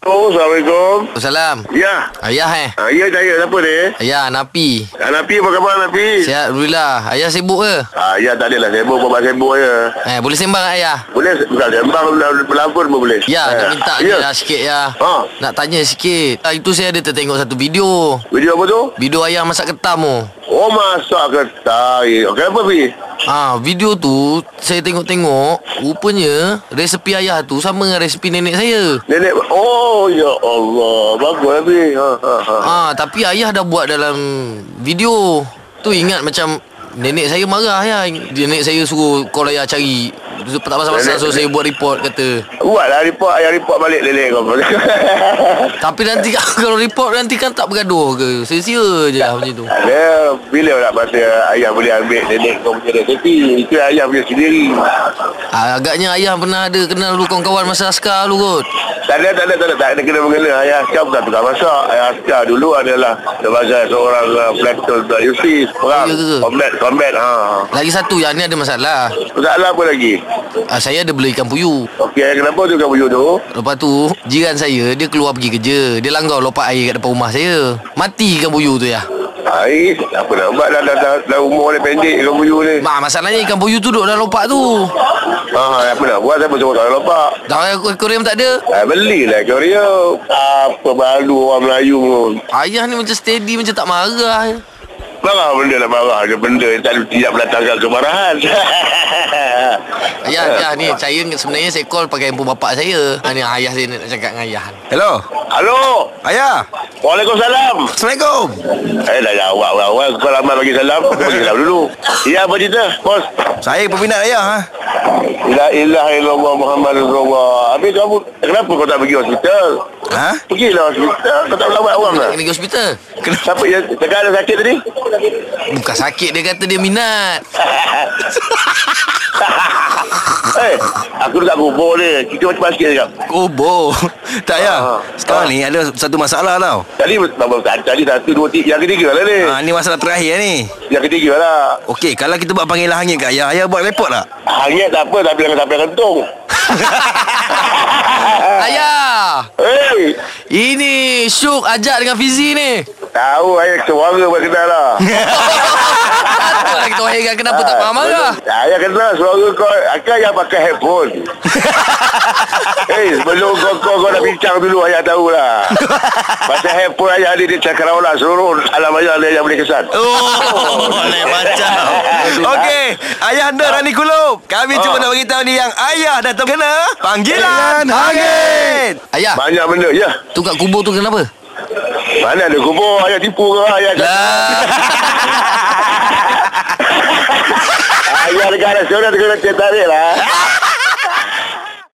Assalamualaikum. Assalamualaikum. Salam. Ya. Ayah eh? Ayah tanya kenapa ni? Ayah, Napi. Anapi apa khabar Anapi? Sihat, Alhamdulillah. Ayah sibuk ke? Ayah tak adalah sibuk bapak sibuk je. Eh, boleh sembang tak, Ayah? Boleh bukan sembang bela- berlapun pun boleh. Ya, nak Eh, minta Ya. je lah sikit ya. Ha. Nak tanya sikit. Ah, itu saya ada tertengok satu video. Video apa tu? Video ayah masak ketam tu. Oh masak ketai. Kenapa Pi? Ah, video tu saya tengok-tengok, rupanya resepi ayah tu sama dengan resepi nenek saya. Nenek Oh ya Allah Bagus lah Pi ha, ha, ha. Ah, tapi ayah dah buat dalam video. Tu ingat macam nenek saya marah ya. Nenek saya suruh call ayah cari. Tu Tak pasal-pasal Nenek- so saya buat report kata. Buatlah lah report Ayah report balik nenek kau Tapi nanti kalau report nanti kan tak bergaduh ke? Sia-sia je lah macam tu. Dia bila nak masa ayah boleh ambil nenek kau punya resepi Itu ayah punya sendiri Ah, agaknya ayah pernah ada kenal dulu kawan-kawan masa askar dulu kot. Tak ada, tak ada, tak ada, tak ada kena mengena Ayah Askar bukan tukang masak Ayah Askar dulu adalah sebagai seorang uh, pelaton tak UC Perang, Ya ke? combat, combat ha. Lagi satu yang ni ada masalah. Masalah apa lagi? Ah, saya ada bela ikan puyuh. Okey, kenapa tu kamu tu? Lepas tu jiran saya dia keluar pergi kerja. Dia langgar lompat air kat depan rumah saya. Mati ikan puyuh tu ya. Hai, apa nak buat dah, dah, dah, dah umur dia pendek kamu you ni Mak masalahnya ikan puyuh tu duduk dalam lompat tu. Ha, apa nak buat, siapa suruh tak lompat Dah aku akuarium tak ada. Ah, belilah aquarium. Apa baru orang Melayu pun. Ayah ni macam steady macam tak marah. ya. Marah benda lah marah je. Benda yang tak, tidak mendatangkan kemarahan. Ayah, ayah ni saya sebenarnya saya call pakai handphone bapak saya. Ha, ni ayah saya nak cakap dengan ayah. Hello. Halo. Ayah. Waalaikumsalam. Assalamualaikum. Eh, dah jawab lah. Awal kau lama bagi salam. Aku bagi salam dulu. Ya, apa cerita? Bos. Saya peminat ayah ha. La ilaha illallah Muhammad Rasulullah. Habis kamu, kenapa kau tak pergi hospital? Ha? Pergilah hospital. Kau tak melawat orang lah. Nak pergi hospital. Siapa yang cakap ada sakit tadi? Bukan sakit dia kata dia minat. Eh, aku tak kubur dia. Kita macam-macam sikit cakap. Kubur. tak Ah. ayah. Sekarang ni ada satu masalah tau. Tadi nombor tadi satu dua tiga yang ketiga lah ni. Ah, Ha. Ha, ni masalah terakhir ni. Yang ketiga lah. Okey, kalau kita buat panggilan lah hangit kat ayah, ayah buat report tak? Hangit tak apa tapi jangan sampai kentung. Ah. Ayah, Hei, ini Syuk ajak dengan Fizi ni. tahu ayah suara buat kenal lah. Patutlah lah kita wahirkan kenapa tak marah-marah. Ayah Ah, kenal suara kau. Akan yang pakai headphone. Hei, sebelum kau kau, kau nak bincang dulu ayah tahu lah. Pasal headphone ayah ni dia cakrawala seluruh alam ayah dia yang boleh kesan. Oh, lain macam. Okey, ayah anda Rani Kulub. Kami cuma nak beritahu ni yang ayah dah terkena panggilan hangit. Ayah, Banyak benda ya. tu kat kubur tu kenapa? Mana ada kubur ayah tipu ke ayah. Ayah negara nasional kena tertarik lah.